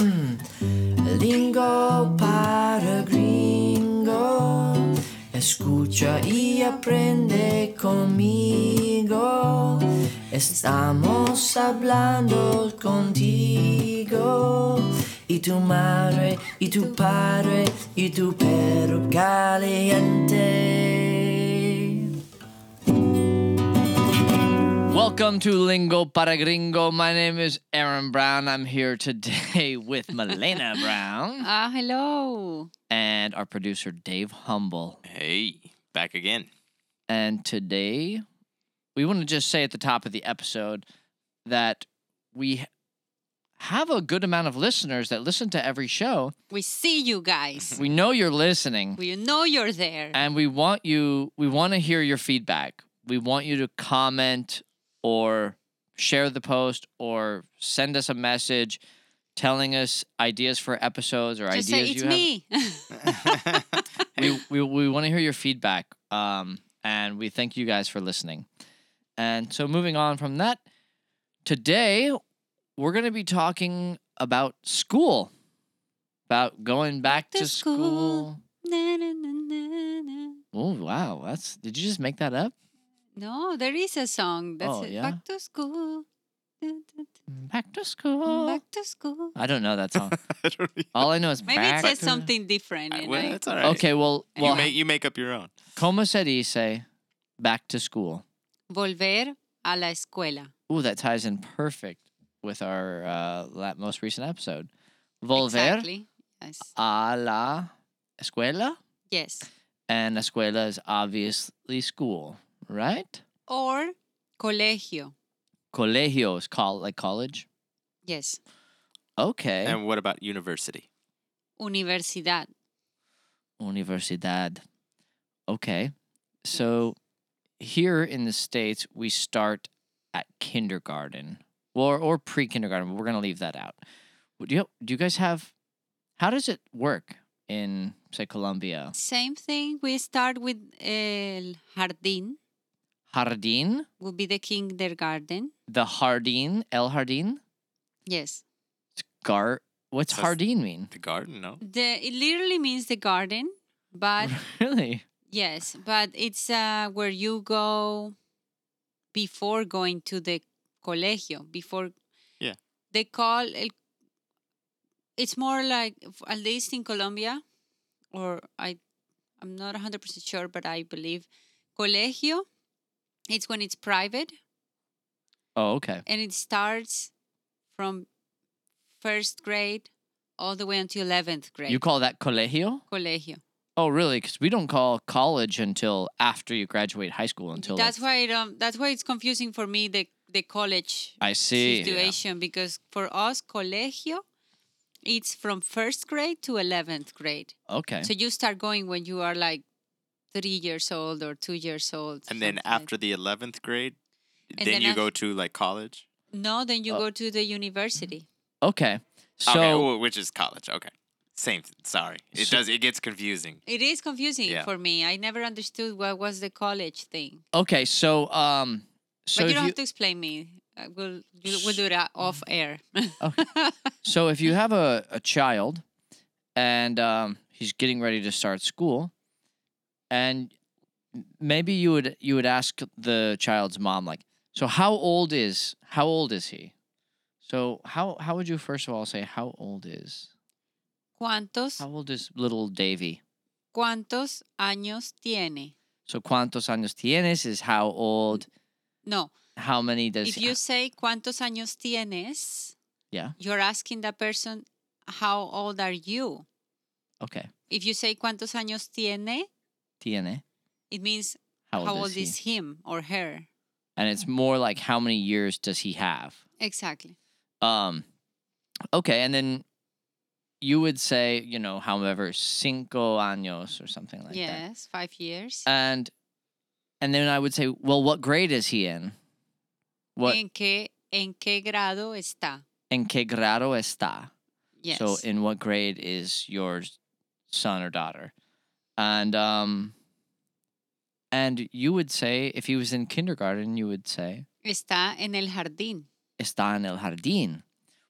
Mm-mm. Lingo para gringo, escucha y aprende conmigo. Estamos hablando contigo y tu madre y tu padre y tu perro caliente. Welcome to Lingo para Gringo. My name is Aaron Brown. I'm here today with Milena Brown Ah, hello. and our producer Dave Humble. Hey, back again. And today, we want to just say at the top of the episode that we have a good amount of listeners that listen to every show. We see you guys. We know you're listening. We know you're there. and we want you we want to hear your feedback we want you to comment or share the post or send us a message telling us ideas for episodes or Just ideas say it's you me. have we, we, we want to hear your feedback um, and we thank you guys for listening and so moving on from that today we're going to be talking about school about going back to, to school. school. Na, na, na, na, na. Oh wow, that's did you just make that up? No, there is a song that's Oh, it. yeah? back to school. Dun, dun, Back to dun, school. Mm. Back to school. I don't know that song. I don't e-, know. All I know is Maybe it back says to- something different. I- you well, know? that's all right. Okay, well, You, well, make, you make up your own. como se dice back to school? Volver a la escuela. Ooh, that ties in perfect with our uh, la- most recent episode. Volver Exactly. Yes. a la escuela, yes. and escuela is obviously school, right? Or colegio. Colegio is col- like college. Yes. Okay. And what about university? Universidad. Universidad. Okay. So here in the States, we start at kindergarten or, or pre kindergarten, but we're going to leave that out. Would you, do you guys have, how does it work in, say, Colombia? Same thing. We start with el jardín. Jardín, Would be the kindergarten. the jardín, el jardín, Yes. gar. What's That's- jardín mean? The garden, no? The it literally means the garden, but Really? yes, but it's uh, where you go before going to the colegio. Before Yeah. they call it. It's more like f- at least in Colombia, or I, I'm not hundred percent sure, but I believe colegio. It's when it's private Oh, okay. and it starts from first grade all the way until eleventh grade. You call that colegio? colegio. Oh, really? Because we don't call college until after you graduate high school. Until like, that's why it, um, that's why it's confusing for me the the college I see. situation because for us colegio it's from first grade to 11th grade Okay. so you start going when you are like three years old or two years old And then something like- after the 11th grade, And then then you af- go to like college? no then you Oh. go to the university Okay. So okay, oh, which is college. Okay. Same. th- Sorry. It So- does. It gets confusing. it is confusing Yeah. for me i never understood what was the college thing okay, so um so but you if you, don't Mm. have to explain me I will you- we'll do that off air so if you have a, a child and um he's getting ready to start school and maybe you would you would ask the child's mom like so how old is how old is he? So how how would you first of all say how old is cuántos how old is little Davy? cuántos años tiene So cuántos años tienes is how old no how many does If you say cuántos años tienes, Yeah. you're asking the person how old are you. okay If you say cuántos años tiene, tiene it means how old, how is old he? is him or her. and it's more like how many years does he have Exactly. um okay and then you would say you know however cinco años or something like that Uh, yes, five years. and and then i would say well what grade is he in what En qué en qué grado está? en qué grado está Yes. so in what grade is your son or daughter and um and you would say if he was in kindergarten you would say está en el jardín. está en el jardín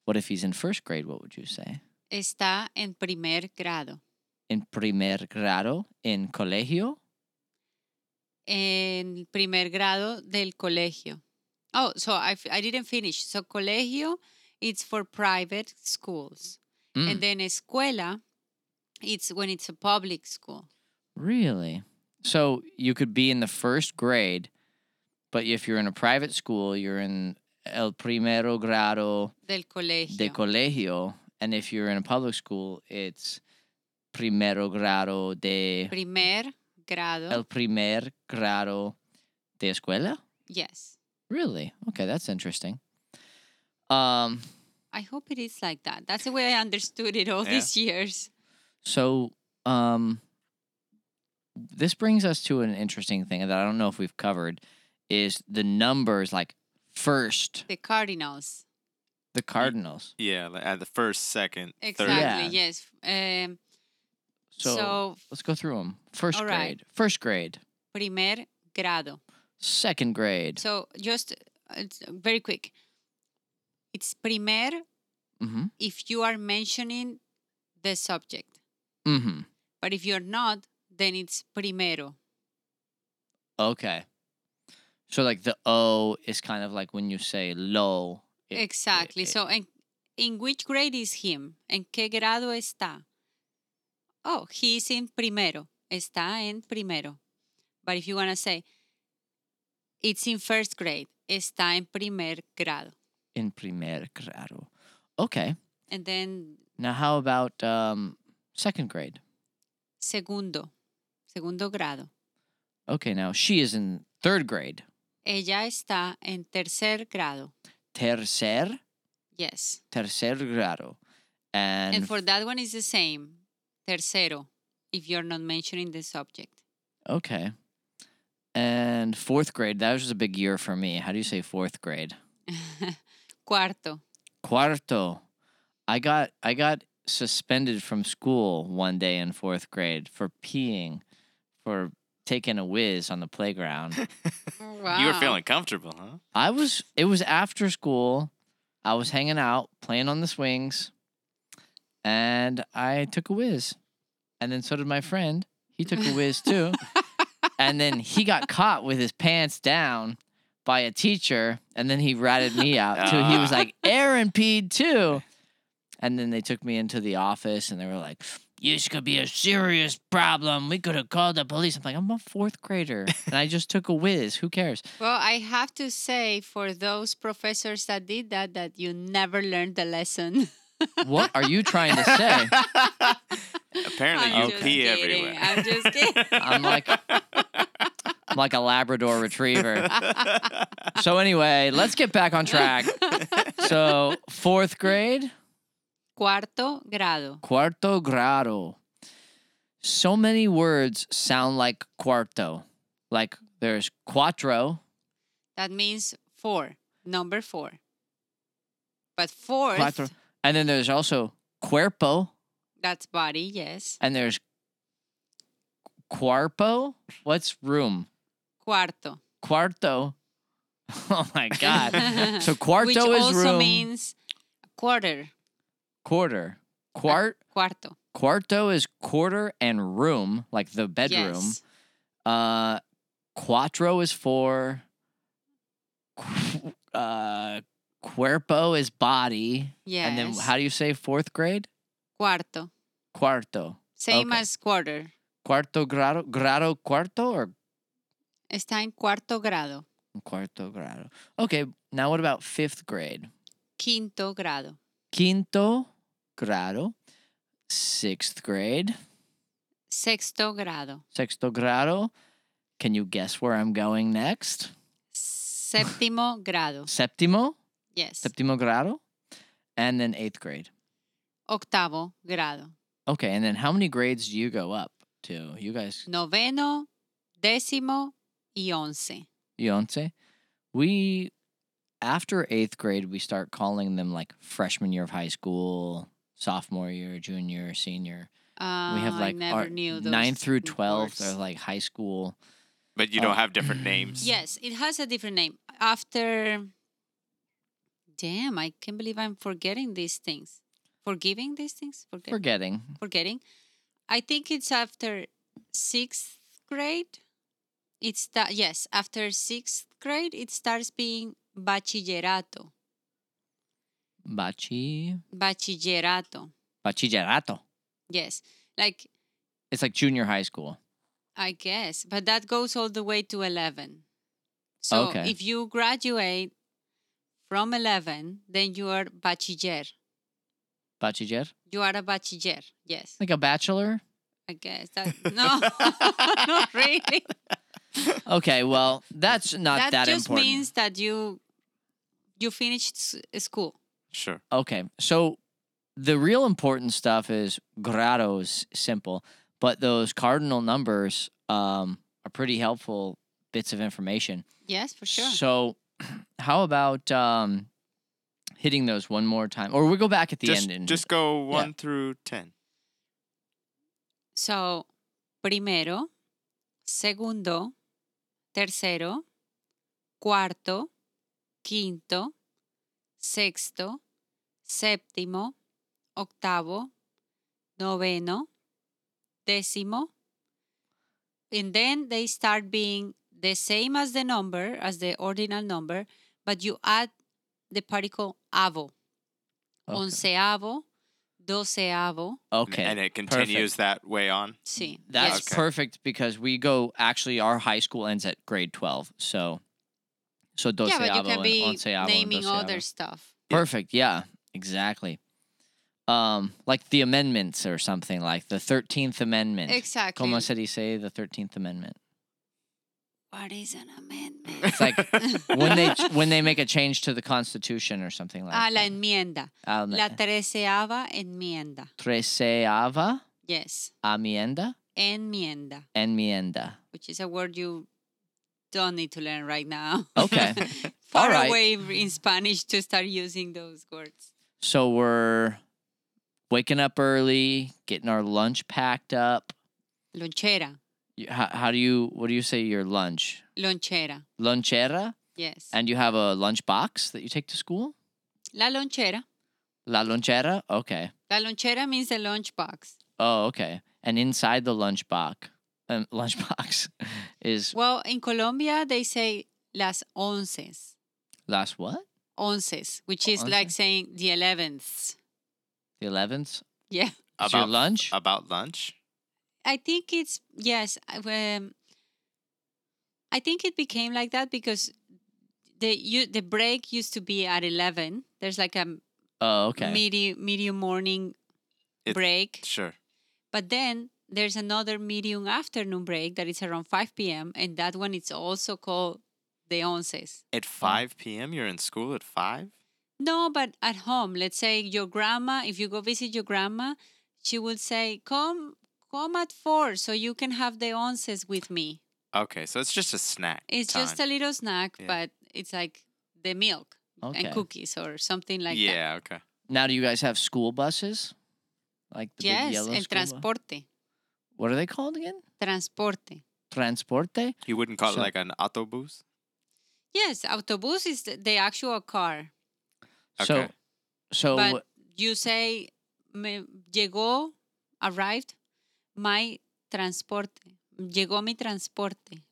What if he's in first grade? What would you say? Está en primer grado. En primer grado, en colegio. En primer grado del colegio. Oh, so I, f- I didn't finish. So colegio, it's for private schools. Mm, And then escuela, it's when it's a public school. really? So you could be in the first grade, but if you're in a private school, you're in el primero grado Del colegio. de colegio, and if you're in a public school, it's primero grado de primer grado. el primer grado de escuela. yes. Really? Okay, that's interesting. Um, I hope it is like that. That's the way I understood it all Yeah. these years. so um, this brings us to an interesting thing that I don't know if we've covered is the numbers like first The cardinals. the Cardinals. Yeah, like at the first, second, third. Exactly. Yes. Um, So, so let's go through them. First All grade, right. first grade, primer grado. second grade. So just uh, it's very quick. It's primer mm-hmm. if you are mentioning the subject, Mm-hmm. but if you're not, then it's primero. Okay. So like the O is kind of like when you say low. it- it- exactly. it- so and in which grade is him? En qué grado está? Oh, he is in primero. Está en primero. But if you want to say it's in first grade, está en primer grado. in primer grado. Okay. And then Now, how about um, second grade? segundo, segundo grado. Okay, now she is in third grade. Ella está en tercer grado. Tercer, Yes. tercer grado. And, And, for that one is the same. Tercero, if you're not mentioning the subject. okay. And fourth grade, that was a big year for me. How do you say fourth grade? Cuarto. Cuarto. I got I got suspended from school one day in fourth grade for peeing, for taking a whiz on the playground. Wow. You were feeling comfortable, huh? I was it was after school. I was hanging out, playing on the swings, and I took a whiz. And then so did my friend. He took a whiz too. and then he got caught with his pants down by a teacher. And then he ratted me out too. He was like, Aaron peed too. And then they took me into the office and they were like, This could be a serious problem. We could have called the police. I'm like, I'm a fourth grader. And I just took a whiz. Who cares? Well, I have to say for those professors that did that, that you never learned the lesson. What are you trying to say? Apparently, I'm you just pee kidding, everywhere. I'm just kidding. I'm like I'm like a Labrador retriever. So anyway, let's get back on track. So fourth grade, Cuarto grado. cuarto grado. So many words sound like cuarto. Like there's cuatro, That means four. Number four. But fourth, cuatro, and then there's also cuerpo, that's body, yes. and there's cuarpo. What's room? Cuarto. Cuarto. Oh my god! So cuarto Which is also room. means quarter. quarter. Quart Cuarto. Quarto is quarter and room, like the bedroom. Yes. Uh, quattro is four. Qu- uh, cuerpo is body. yes. And then how do you say fourth grade? Cuarto. Cuarto. Same Okay. as quarter. Cuarto grado, grado cuarto or Está en cuarto grado. cuarto grado. Okay, now what about fifth grade? Quinto grado. Quinto grado. Sixth grade. Sexto grado. Sexto grado. Can you guess where I'm going next? Séptimo grado. Séptimo. Yes. Septimo grado, and then eighth grade. Octavo grado. Okay, and then how many grades do you go up to? You guys, Noveno, décimo y once. you once? We, after eighth grade, we start calling them like freshman year of high school, sophomore year, junior, senior. Uh, we have I like never our knew those ninth through n- twelfth words. are like high school. But you Oh. don't have different names. Yes, it has a different name. After damn, I can't believe I'm forgetting these things. Forgiving these things? Forget- Forgetting. forgetting. I think it's after sixth grade. It's that yes, after sixth grade it starts being bachillerato. Bachi. Bachillerato. Bachillerato. Yes. Like It's like junior high school. I guess, but that goes all the way to 11. So Okay. if you graduate from 11, then you are bachiller. Bachiller. You are a bachiller. Yes, Like a bachelor. I guess. That, no, not really. Okay, well, that's not that, that, just important. means that you you finished s- school. Sure. Okay. So the real important stuff is grados simple, but those cardinal numbers um, are pretty helpful bits of information. Yes, for sure. So how about um, hitting those one more time? Or we'll go back at the just, end and just go one through ten. So, primero, segundo, tercero, cuarto, quinto, sexto, séptimo, octavo, noveno, décimo. And then they start being the same as the number, as the ordinal number, but you add the particle avo. Okay. Onceavo, doceavo. and- okay. And it continues that way on. Sí. That's yes. Okay. perfect because we go actually our high school ends at grade 12. So so doceavo yeah, but you can and be onceavo and naming doceavo. other stuff. Perfect. Yeah, exactly. Um, like the amendments or something like the Thirteenth Amendment. Exactly. Como se dice the Thirteenth Amendment? What is an amendment? It's like when they when they make a change to the Constitution or something like. ah, la that. enmienda. Um, La treceava enmienda. treceava Yes, amienda enmienda, enmienda. which is a word you don't need to learn right now. Okay. Far All right. away in Spanish to start using those words. So we're waking up early, getting our lunch packed up. Lonchera, You- How, how do you? What do you say? Your lunch lonchera. lonchera, Yes. and you have a lunch box that you take to school. la lonchera. La lonchera? Okay. La lonchera means the lunch box. Oh, okay. And inside the lunch box, um, lunch box is Well, in Colombia, they say las onces. last what? Onces, which is Once? like saying the 11th. The 11th? Yeah. Is your About- lunch? About lunch. I think it's yes. I- Um, I think it became like that because the you the break used to be at eleven. There's like a Oh, okay. medium medium morning It- break, Sure. but then there's another medium afternoon break that is around five p.m. and that one it's also called the onces. At five p.m. You're in school at five. No, but at home, let's say your grandma. If you go visit your grandma, she will say, "Come, come at four, so you can have the onces with me." Okay, so it's just a snack. It's just a time. little snack, Yeah. but it's like the milk okay. and cookies or something like that. yeah. Okay. Now, do you guys have school buses? Like the big Yes, yellow school el bu- transporte. What are they called again? Transporte. Transporte? You wouldn't call So- it like an autobus. Yes, autobus is the, the actual car. So, Okay. so but you say, me llegó, arrived, my transporte. Llegó mi transporte.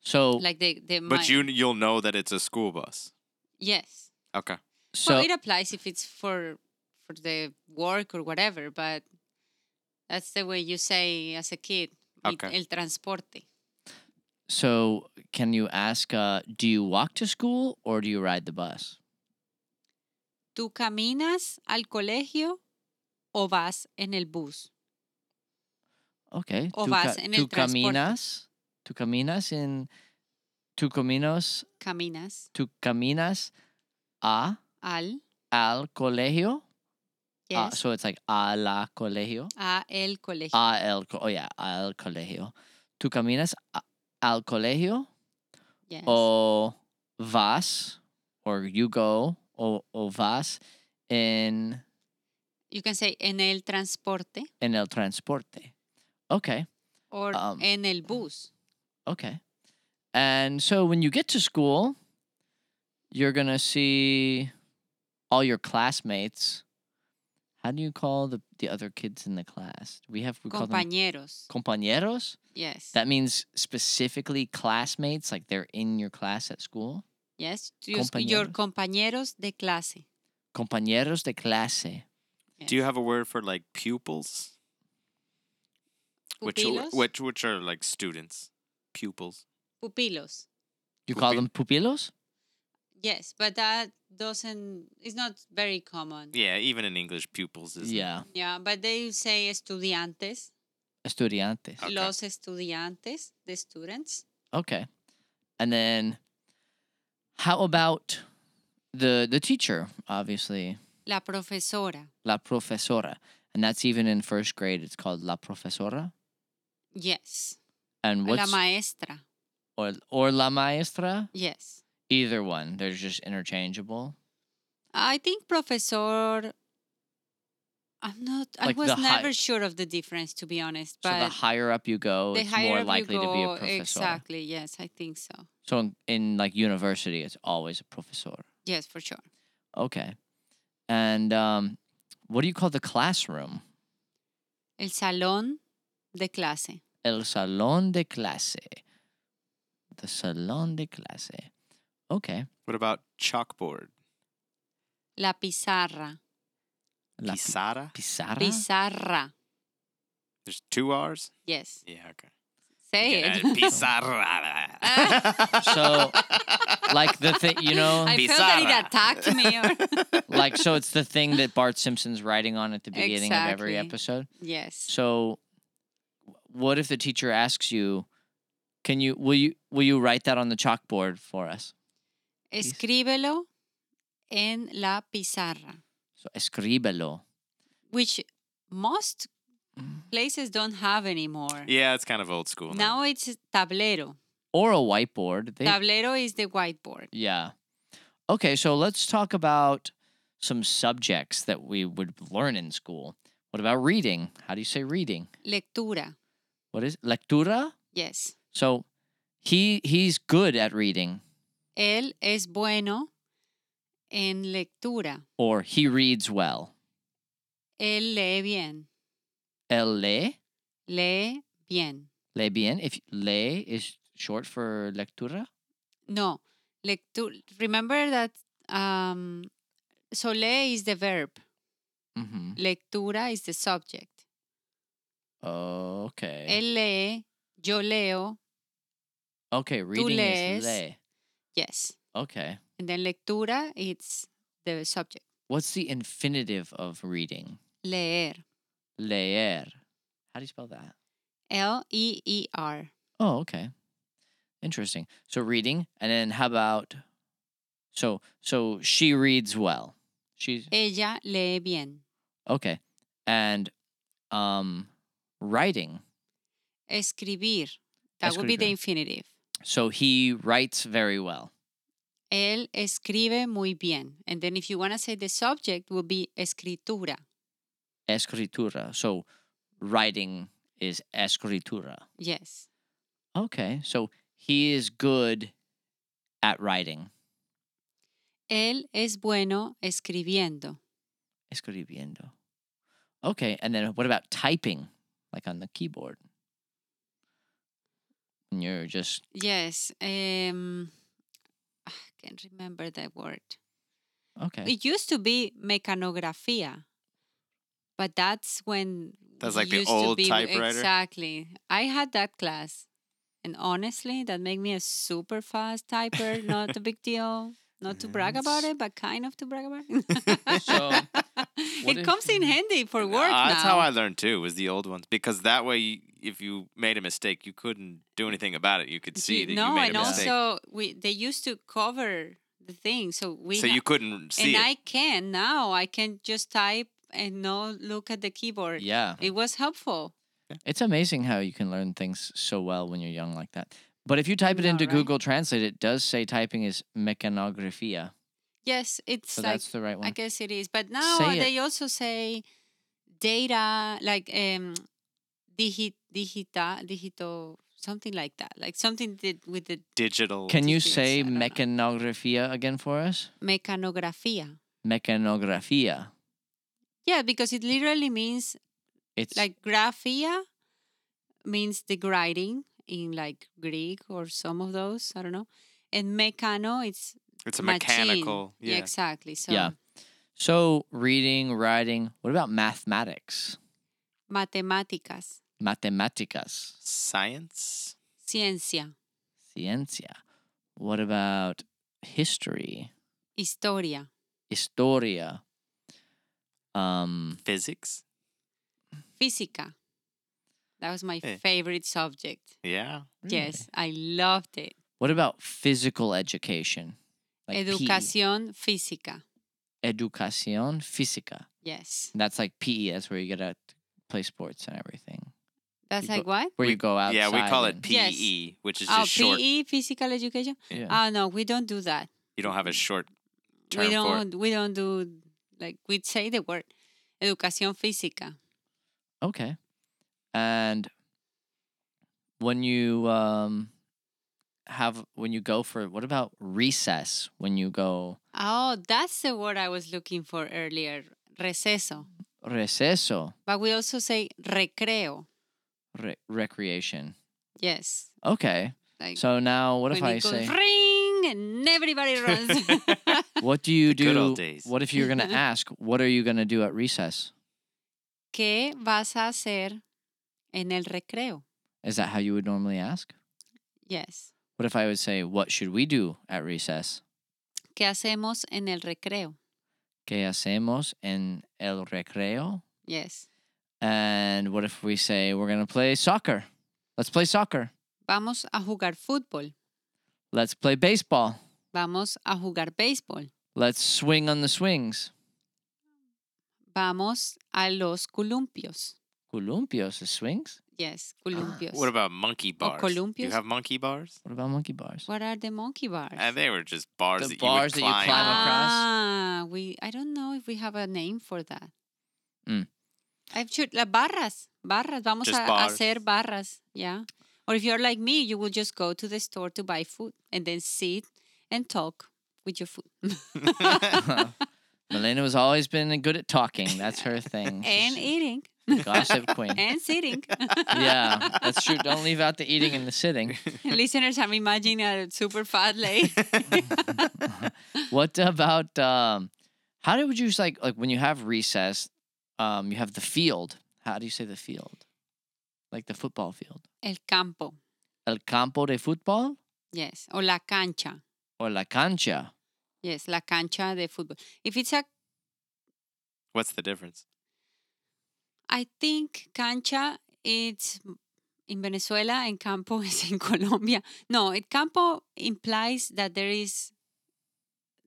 so Like the, the my. But you you'll know that it's a school bus. Yes. Okay. so well, it applies if it's for for the work or whatever, but that's the way you say as a kid. mi- Okay. El transporte. so. Can you ask? Uh, do you walk to school or do you ride the bus? ¿Tú caminas al colegio o vas en el bus? Okay. O tú vas en el tú transporte. caminas. Tú caminas en. Tú caminos Caminas tú caminas a al, al colegio. Uh, yes, so it's like a la colegio. a el colegio. A el co- oh yeah, al colegio. Tú caminas a- al colegio yes. o vas or you go o, o vas en You can say en el transporte en el transporte. Okay. or Um, en el bus. Okay. And so when you get to school, you're going to see all your classmates. How do you call the, the other kids in the class? We have we call them Compañeros. compañeros. Yes. That means specifically classmates, like they're in your class at school. yes. Tus- Your compañeros de clase. Compañeros de clase. Do you have a word for like pupils? Which, Pupilos. which which are like students, pupils. Pupilos. You call them Pupil- pupilos? Yes, but that doesn't. It's not very common. Yeah, even in English, pupils is Yeah. Yeah, but they say estudiantes, Estudiantes. Okay. los estudiantes, the students. Okay. And then how about the the teacher, obviously, La profesora. la profesora. And that's even in first grade, it's called la profesora. Yes. And La what's maestra. or, or la maestra? Yes. Either one. They're just interchangeable. I think professor. I'm not. I Like was the hi- never sure of the difference, to be honest. so the But higher up you go, the it's higher more up likely you to be go, a professor. exactly. Yes, I think so. So in, in like university, it's always a professor. Yes, for sure. Okay. And um, what do you call the classroom? El salón de clase. El salón de clase. The salón de clase. Okay. What about chalkboard? La pizarra. La pi- Pizarra? pizarra. Pizarra. There's two R's? Yes. Yeah, okay. Say Yeah, it. Pizarra. So, like the thing, you know, I felt that it Pizarra. attacked me. Or... like so it's the thing that Bart Simpson's writing on at the beginning of every Exactly. episode. yes. So, wh- what if the teacher asks you, "Can you will you will you write that on the chalkboard for us?" Escríbelo en la pizarra, So escríbelo. which most Mm. places don't have anymore. yeah, it's kind of old school. Now, Now it's tablero. Or a whiteboard. They Tablero is the whiteboard. Yeah. Okay, so let's talk about some subjects that we would learn in school. What about reading? How do you say reading? Lectura. What is lectura? Yes. So he he's good at reading Él es bueno en lectura. or he reads well. Él lee bien. Elle lee, Lee bien. lee bien. If lee is short for lectura, No. Lectura. Remember that um, so lee is the verb. mm-hmm. Lectura is the subject. okay, Él lee, yo leo, okay, reading is lees. lee. yes. Okay, And then lectura, it's the subject. what's the infinitive of reading? Leer. Leer. How do you spell that? L E E R. Oh, okay. Interesting. So reading, and then how about? So so she reads well. She's Ella lee bien. okay, and um, writing. Escribir. That would be the Escribir. infinitive. So he writes very well. Él escribe muy bien. And then if you want to say the subject, would be escritura. Escritura. So writing is escritura. Yes. Okay. So he is good at writing. Él es bueno escribiendo. Escribiendo. Okay, and then what about typing, like on the keyboard? When you're just Yes. Um, I can't remember that word. Okay. It used to be mecanografía, but that's when That's we like the used old to be, typewriter? Exactly. I had that class, and honestly, that made me a super fast typer. Not a big deal. Not to brag about Yes. it, but kind of to brag about it. So, what it if- comes in handy for work uh, that's now. how I learned too, was the old ones. Because that way, you, if you made a mistake, you couldn't do anything about it. You could see Ye- that no, you made and a mistake. also we they used to cover the thing, so we so ha- you couldn't see and it. I can now. I can just type and no look at the keyboard. yeah. It was helpful. It's amazing how you can learn things so well when you're young like that. But if you type it know, into right? Google Translate, it does say typing is mechanografia. Yes, it's So like that's the right one. I guess it is. But now Say it. they also say data like um digi- digita digito something like that. Like something that with the Digital. Can you Yes, I say don't know. mechanografia again for us? mecanografía. Mecanografía. Yeah, because it literally means It's like graphia means the grinding in like Greek or some of those. I don't know. And mechano, it's It's a machine. mechanical. Yeah. exactly. So Yeah. so reading, writing. What about mathematics? matemáticas, Matemáticas. Science. ciencia, Ciencia. What about history? historia, Historia. Um, Physics. física. That was my Eh. favorite subject. Yeah. really? Yes, I loved it. What about physical education? Like P- E. Educación física. Educación física. Yes. That's like PE. That's where you get to play sports and everything. That's You like go- what? Where We- you go outside. Yeah, we call it E. and- PE, Yes. which is just Oh, short. PE, physical education. Yeah. Oh no, we don't do that. You don't have a short term we for it. don't. We don't do like we say the word educación física. Okay. And when you um have when you go for what about recess when you go Oh, that's the word I was looking for earlier. Receso, receso but we also say recreo. re- recreation. Yes. Okay. Like So now what if when I it goes say ring and everybody runs. what do you The good do old days. what if you're going to ask what are you going to do at recess? ¿Qué vas a hacer en el recreo? Is that how you would normally ask? Yes. What if I would say what should we do at recess? ¿Qué hacemos en el recreo? ¿Qué hacemos en el recreo? Yes. And what if we say we're going to play soccer? Let's play soccer. Vamos a jugar fútbol. Let's play baseball. Vamos a jugar béisbol. Let's swing on the swings. Vamos a los columpios. Columpios is swings. Yes, columpios. Ah, What about monkey Oh, bars? Do you columpios? have monkey bars? What about monkey bars? What are the monkey bars? Uh, they were just bars The that bars that you you would climb. climb up. across. Ah, we. I don't know if we have a name for that. Mm. I'm sure la barras, barras. Vamos Just a hacer barras. Yeah. Or if you're like me, you will just go to the store to buy food and then sit and talk with your food. Milena has always been good at talking. That's her thing. and She's eating a gossip queen. and sitting. yeah, that's true. Don't leave out the eating and the sitting. Listeners, I'm imagining a super fat lady. What about um, how do- would you s- like like when you have recess? Um, you have the field. How do you say the field? Like the football field. El campo. El campo de fútbol Yes. Or la cancha. or la cancha. Yes, la cancha de fútbol. If it's a, What's the difference? I think cancha, it's m- in Venezuela and campo is in Colombia. No, it campo implies that there is,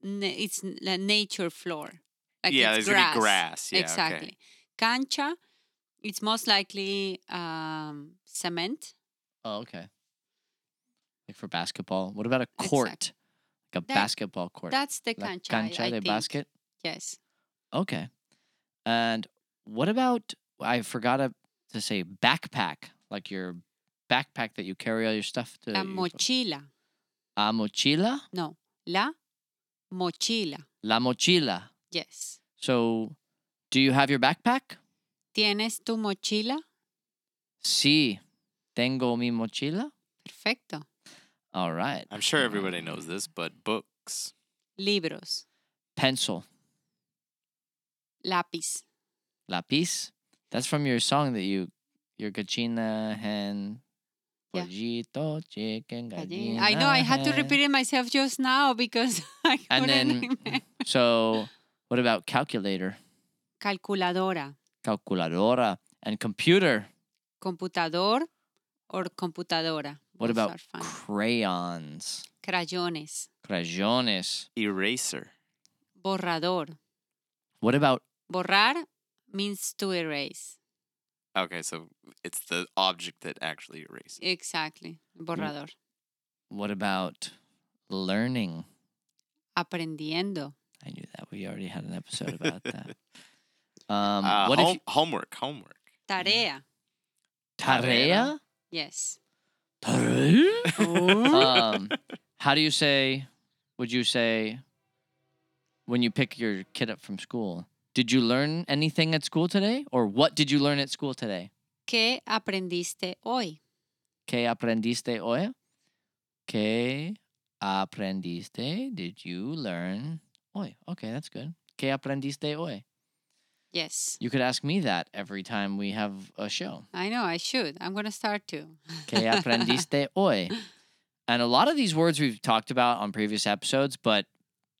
na- it's n- la nature floor. Like yeah, it's there's gonna be grass. Yeah, okay. exactly. Cancha, it's most likely um, cement. Oh, okay. Like for basketball. What about a court? Exact- Like a That- basketball court. That's the La cancha. I- cancha I de think. basket. Yes. Okay. And what about I forgot a, to say backpack, like your backpack that you carry all your stuff to. La you- mochila. A mochila, No, la mochila. la mochila. Yes. So, do you have your backpack? ¿Tienes tu mochila? Sí, tengo mi mochila. Perfecto. All right. I'm sure everybody knows this, but books, Libros. Pencil, Lápiz. lápiz. That's from your song that you, your gallina hen, Yeah. pollito, chicken, gallina. I know I had to hen. repeat it myself just now because I And couldn't then- remember. So, what about calculator? calculadora, calculadora and computer. computador or computadora. What Those about are fun. crayons? crayones, Crayones. eraser, borrador? What about Borrar means to erase. Okay, so it's the object that actually erases. Exactly. Borrador. what about learning? Aprendiendo. I knew that. We already had an episode about that. Um, uh, what home- if you- homework, homework. Tarea. tarea? Yes. Tarea? Oh. um, how do you say? Would you say when you pick your kid up from school. Did you learn anything at school today, or what did you learn at school today? ¿Qué aprendiste hoy? ¿Qué aprendiste hoy? ¿Qué aprendiste? Did you learn hoy? Okay, that's good. ¿Qué aprendiste hoy? Yes. You could ask me that every time we have a show. I know, I should. I'm going to start to. ¿Qué aprendiste hoy? And a lot of these words we've talked about on previous episodes, but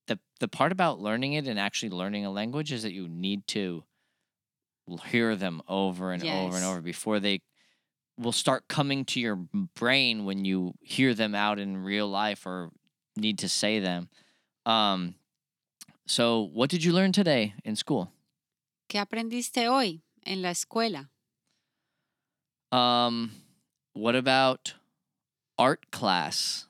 the the part about learning it and actually learning a language is that you need to l- hear them over and over Yes. and over before they will start coming to your m- brain when you hear them out in real life or need to say them. Um, so, what did you learn today in school? ¿Qué aprendiste hoy en la escuela? Um, what about art class?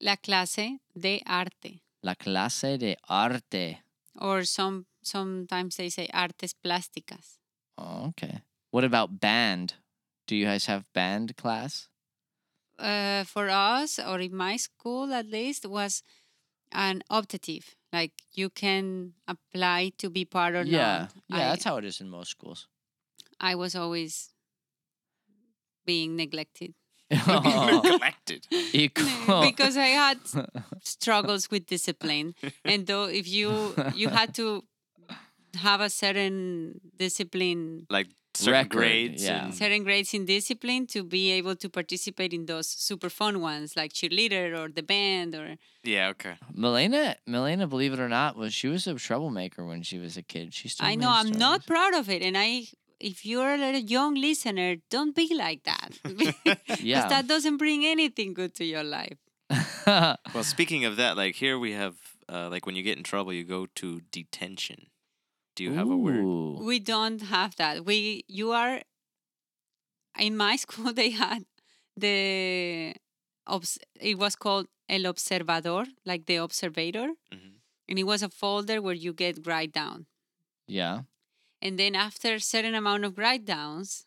La clase de arte. La clase de arte. Or some sometimes they say artes plásticas. Oh, okay. What about band? Do you guys have band class? Uh, for us, or in my school at least, was an optative. Like you can apply to be part or yeah, not. yeah. I- that's how it is in most schools. I was always being neglected Oh. Neglected. You go- because I had s- struggles with discipline. And though if you you had to have a certain discipline, Like certain Record, grades. yeah. and- certain grades in discipline to be able to participate in those super fun ones like cheerleader or the band or yeah, okay. Milena, Milena, believe it or not, was she was a troublemaker when she was a kid. She's. I know I'm not proud of it and I if you're a young listener, don't be like that. Because Yeah. that doesn't bring anything good to your life. Well, speaking of that, like here we have, uh, like when you get in trouble, you go to detention. Do you have a word? Ooh. We don't have that. We you are in my school they had the obs- it was called el observador, like the observator, Mhm. and it was a folder where you get write down. Yeah. And then after a certain amount of write downs,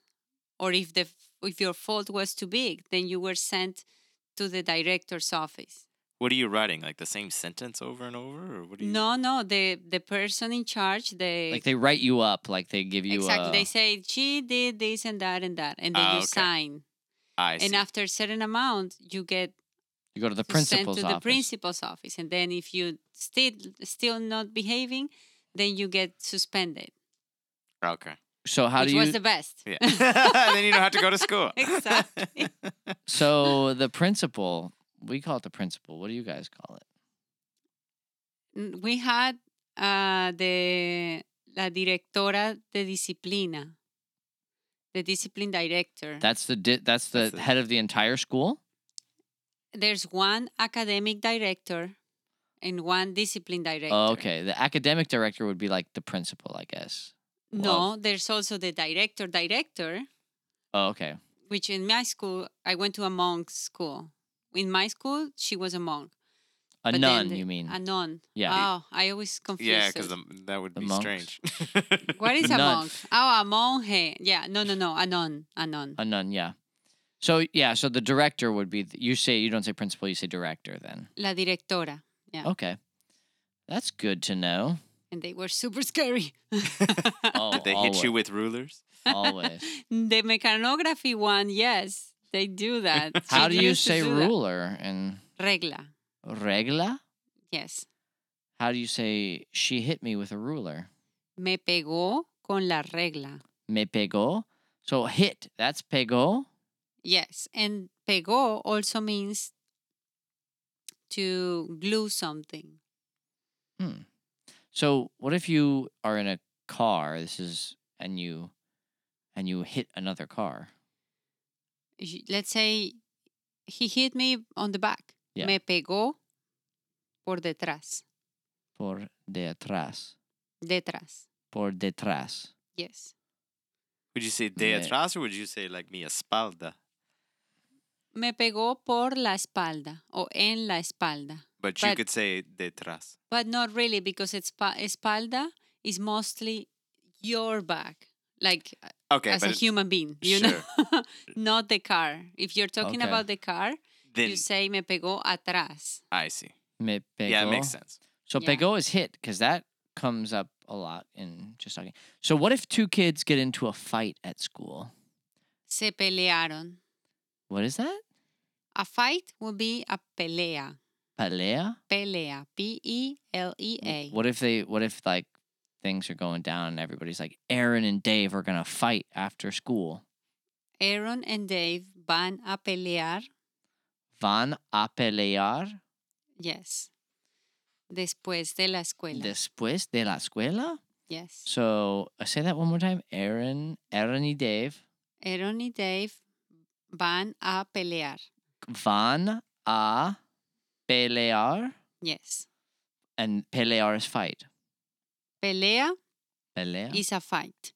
or if the if your fault was too big, then you were sent to the director's office. What are you writing? Like the same sentence over and over, or what do you? No, no, the the person in charge, the Like they write you up. Like they give you. uh exactly A, they say she did this and that and that, and then Ah, you okay. sign. I see. and after a certain amount you get you go to the sent principal's to the office. principal's office and then if you still still not behaving then you get suspended Okay. so how which do you? was the best Yeah. then you don't have to go to school. Exactly. so the principal. We call it the principal. What do you guys call it? N- we had uh, the la directora de disciplina the discipline director That's the di- that's the That's the- head of the entire school. there's one academic director and one discipline director Oh, okay, the academic director would be like the principal, I guess. no there's also the director director Oh, okay. which in my school I went to a monk school. In my school, she was a monk. A but then nun, the- you mean? A nun. yeah. Oh, I always confuse. Yeah, because those. that would The be monks. strange. what is a Nun. monk? Oh, a monje. Yeah. No, no, no. A nun. A nun. A nun, yeah. So yeah, so the director would be. You say you don't say principal, you say director. Then La directora. Yeah. okay, that's good to know. And they were super scary. Oh, Did they hit you with rulers? always. the mechanography one, yes, they do that. How do She you used to say do that. ruler and Regla. regla? Yes. How do you say she hit me with a ruler? Me pegó con la regla. Me pegó. So hit. That's pegó. Yes, and pegó also means to glue something. Hmm. So what if you are in a car? This is and you and you hit another car. If you- Let's say he hit me on the back. Yeah. Me pegó por detrás. Por detrás. Detrás. Por detrás. Yes. Would you say de Yeah. atrás or would you say like mi espalda? Me pegó por la espalda o en la espalda. But you But- could say detrás. But not really because espa- espalda is mostly your back. Like uh, Okay, as but a it- human being, you sure. know, not the car. If you're talking Okay. about the car, then you say me pegó atrás. I see. Me pegó. Yeah, it makes sense. So Yeah. pego is hit because that comes up a lot in just talking. So what if two kids get into a fight at school? Se pelearon. What is that? A fight would be a pelea. Pelea. Pelea. P E L E A. What if they? What if like things are going down and everybody's like, Aaron and Dave are gonna fight after school. Aaron and Dave van a pelear. Van a pelear Yes. Después de la escuela. después de la escuela. yes. So I say that one more time. Aaron, Aaron y Dave Aaron y Dave van a pelear. van a pelear, Yes. and pelear is fight. Pelea Pelea. is a fight.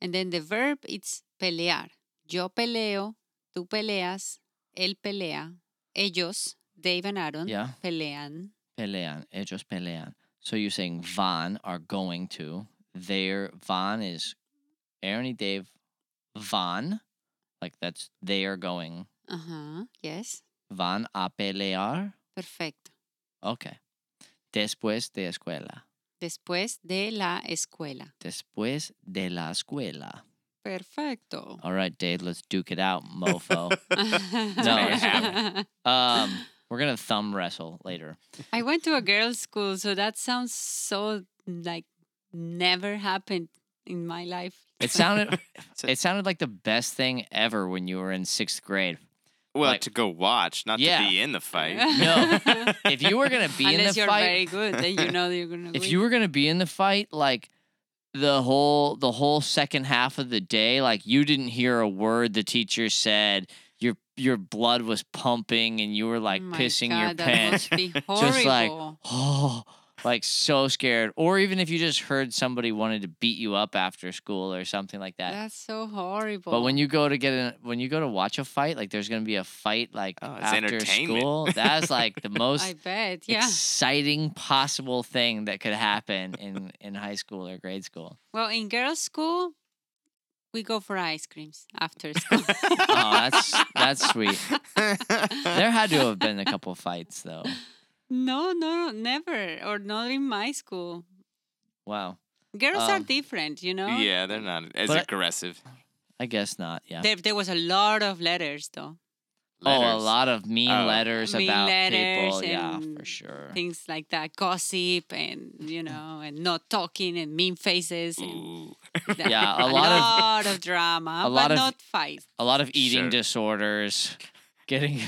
And then the verb it's pelear. Yo peleo, tú peleas, él pelea, ellos, Dave and Aaron, Yeah. pelean. Pelean. Ellos pelean. So you're saying van are going to. Their van is Aaron y Dave van. Like that's they are going Ajá, yes. van a pelear. Perfecto. Okay. Después de escuela. Después de la escuela. Después de la escuela. Perfecto. All right, Dave, let's duke it out, mofo. No. um, we're gonna thumb wrestle later. I went to a girls' school, so that sounds so like never happened in my life. It sounded So- it sounded like the best thing ever when you were in sixth grade. Well, Like- to go watch, not Yeah. to be in the fight. No. If you were gonna be in Unless the you're fight, very good, then you know you're gonna. if win. you were gonna be in the fight, like the whole the whole second half of the day, like you didn't hear a word the teacher said. Your your blood was pumping, and you were like My pissing your God, that pants, must be just like horrible. oh, like so scared. Or even if you just heard somebody wanted to beat you up after school or something like that. That's so horrible. But when you go to get in, when you go to watch a fight, like there's gonna be a fight like Oh, it's after entertainment. school. That's like the I most bet, yeah. exciting possible thing that could happen in in high school or grade school. Well, in girls' school, we go for ice creams after school. Oh, that's that's sweet. There had to have been a couple fights though. no, no, never, or not in my school. Wow, Girls are Um, different, you know. yeah, they're not as But- aggressive. I guess not. Yeah. There, there was a lot of letters, though. Oh, a Letters. lot of mean Oh. letters Mean about people. letters Yeah, for and sure. Things like that, gossip, and you Mm. know, and not talking, and mean faces, and Ooh. that- Yeah, a lot of- lot of drama, a but lot of- not fight. A lot of eating Sure. disorders, getting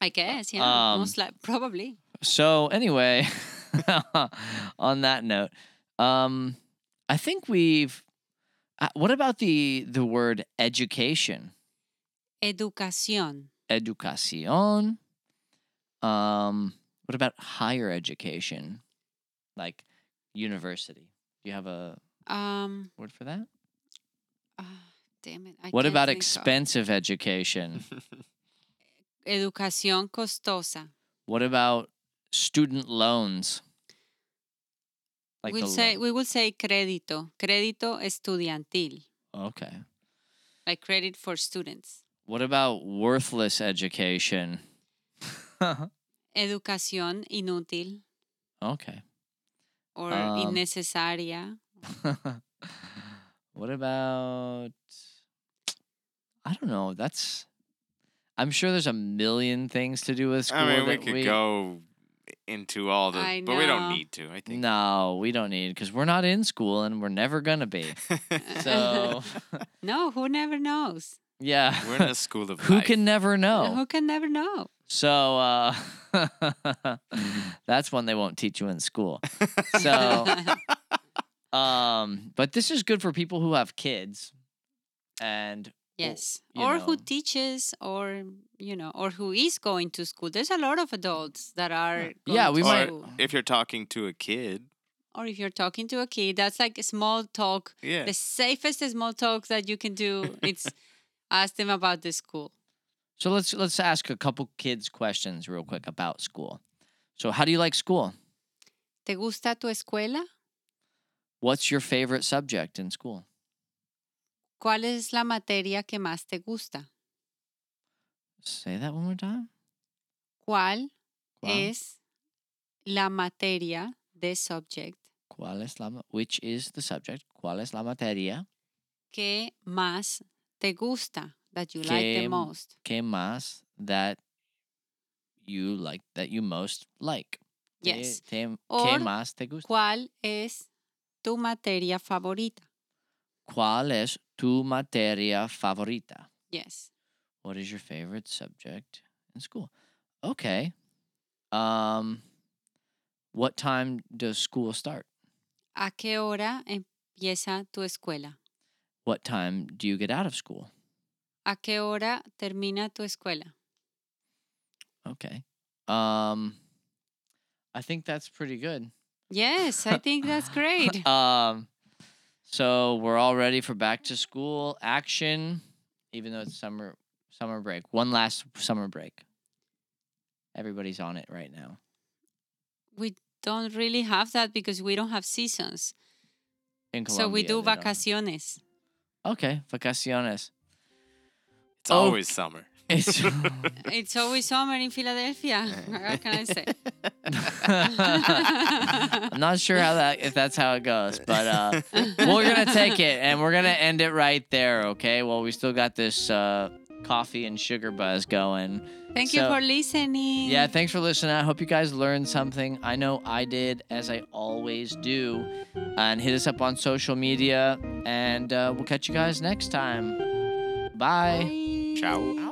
I guess, yeah, Um, most like probably. So anyway, on that note, um, I think we've. Uh, what about the the word education? Educación. Educación. Um, what about higher education, like university? Do you have a Um, word for that? ah, damn it. I what can't about think of- expensive education? Educación costosa. what about student loans? the we'll say lo- we will say crédito, crédito estudiantil, okay. like credit for students. What about worthless education? Educación inútil okay. or Um, innecesaria. what about I don't know, that's I'm sure there's a million things to do with school. I mean, we that could go into all the, I but we don't know. need to. I think. No, we don't need because we're not in school and we're never gonna be. So no, who never knows? yeah. We're in a school of Who life. can never know? Who can never know? So uh, that's one they won't teach you in school. So um, but this is good for people who have kids and yes, you or who know. teaches, or you know, or who is going to school. There's a lot of adults that are. Yeah, going we to might- Or school. if you're talking to a kid, Or if you're talking to a kid, that's like a small talk yeah. the safest small talk that you can do it's ask them about the school So let's let's ask a couple kids questions real quick about school. So how do you like school? te gusta tu escuela What's your favorite subject in school? cuál es la materia que más te gusta Say that one more time. cuál Wow. es la materia, the subject, ¿Cuál es la ma- which is the subject? ¿Cuál es la materia que más te gusta, that you like Que the m- most. que más that you like that you most like? Te- Yes. Te, ¿Qué Or- más te gusta? ¿Cuál es tu materia favorita? ¿Cuál es tu materia favorita? Yes. What is your favorite subject in school? Okay. Um what time does school start? ¿A qué hora empieza tu escuela? What time do you get out of school? ¿A qué hora termina tu escuela? Okay. Um I think that's pretty good. Yes, I think that's great. um so we're all ready for back to school action even though it's summer summer break. One last summer break. Everybody's on it right now. We don't really have that because we don't have seasons. In Colombia, so we do they don't- vacaciones. Okay, vacaciones. It's Oh. always summer. It's It's always summer in Philadelphia. Eh. What can I say? I'm not sure how that if that's how it goes, but uh, we're gonna take it and we're gonna end it right there. Okay. Well, we still got this uh, coffee and sugar buzz going. Thank you So- for listening. Yeah. Thanks for listening. I hope you guys learned something. I know I did, as I always do. And hit us up on social media, and uh, we'll catch you guys next time. Bye. Bye. Ciao.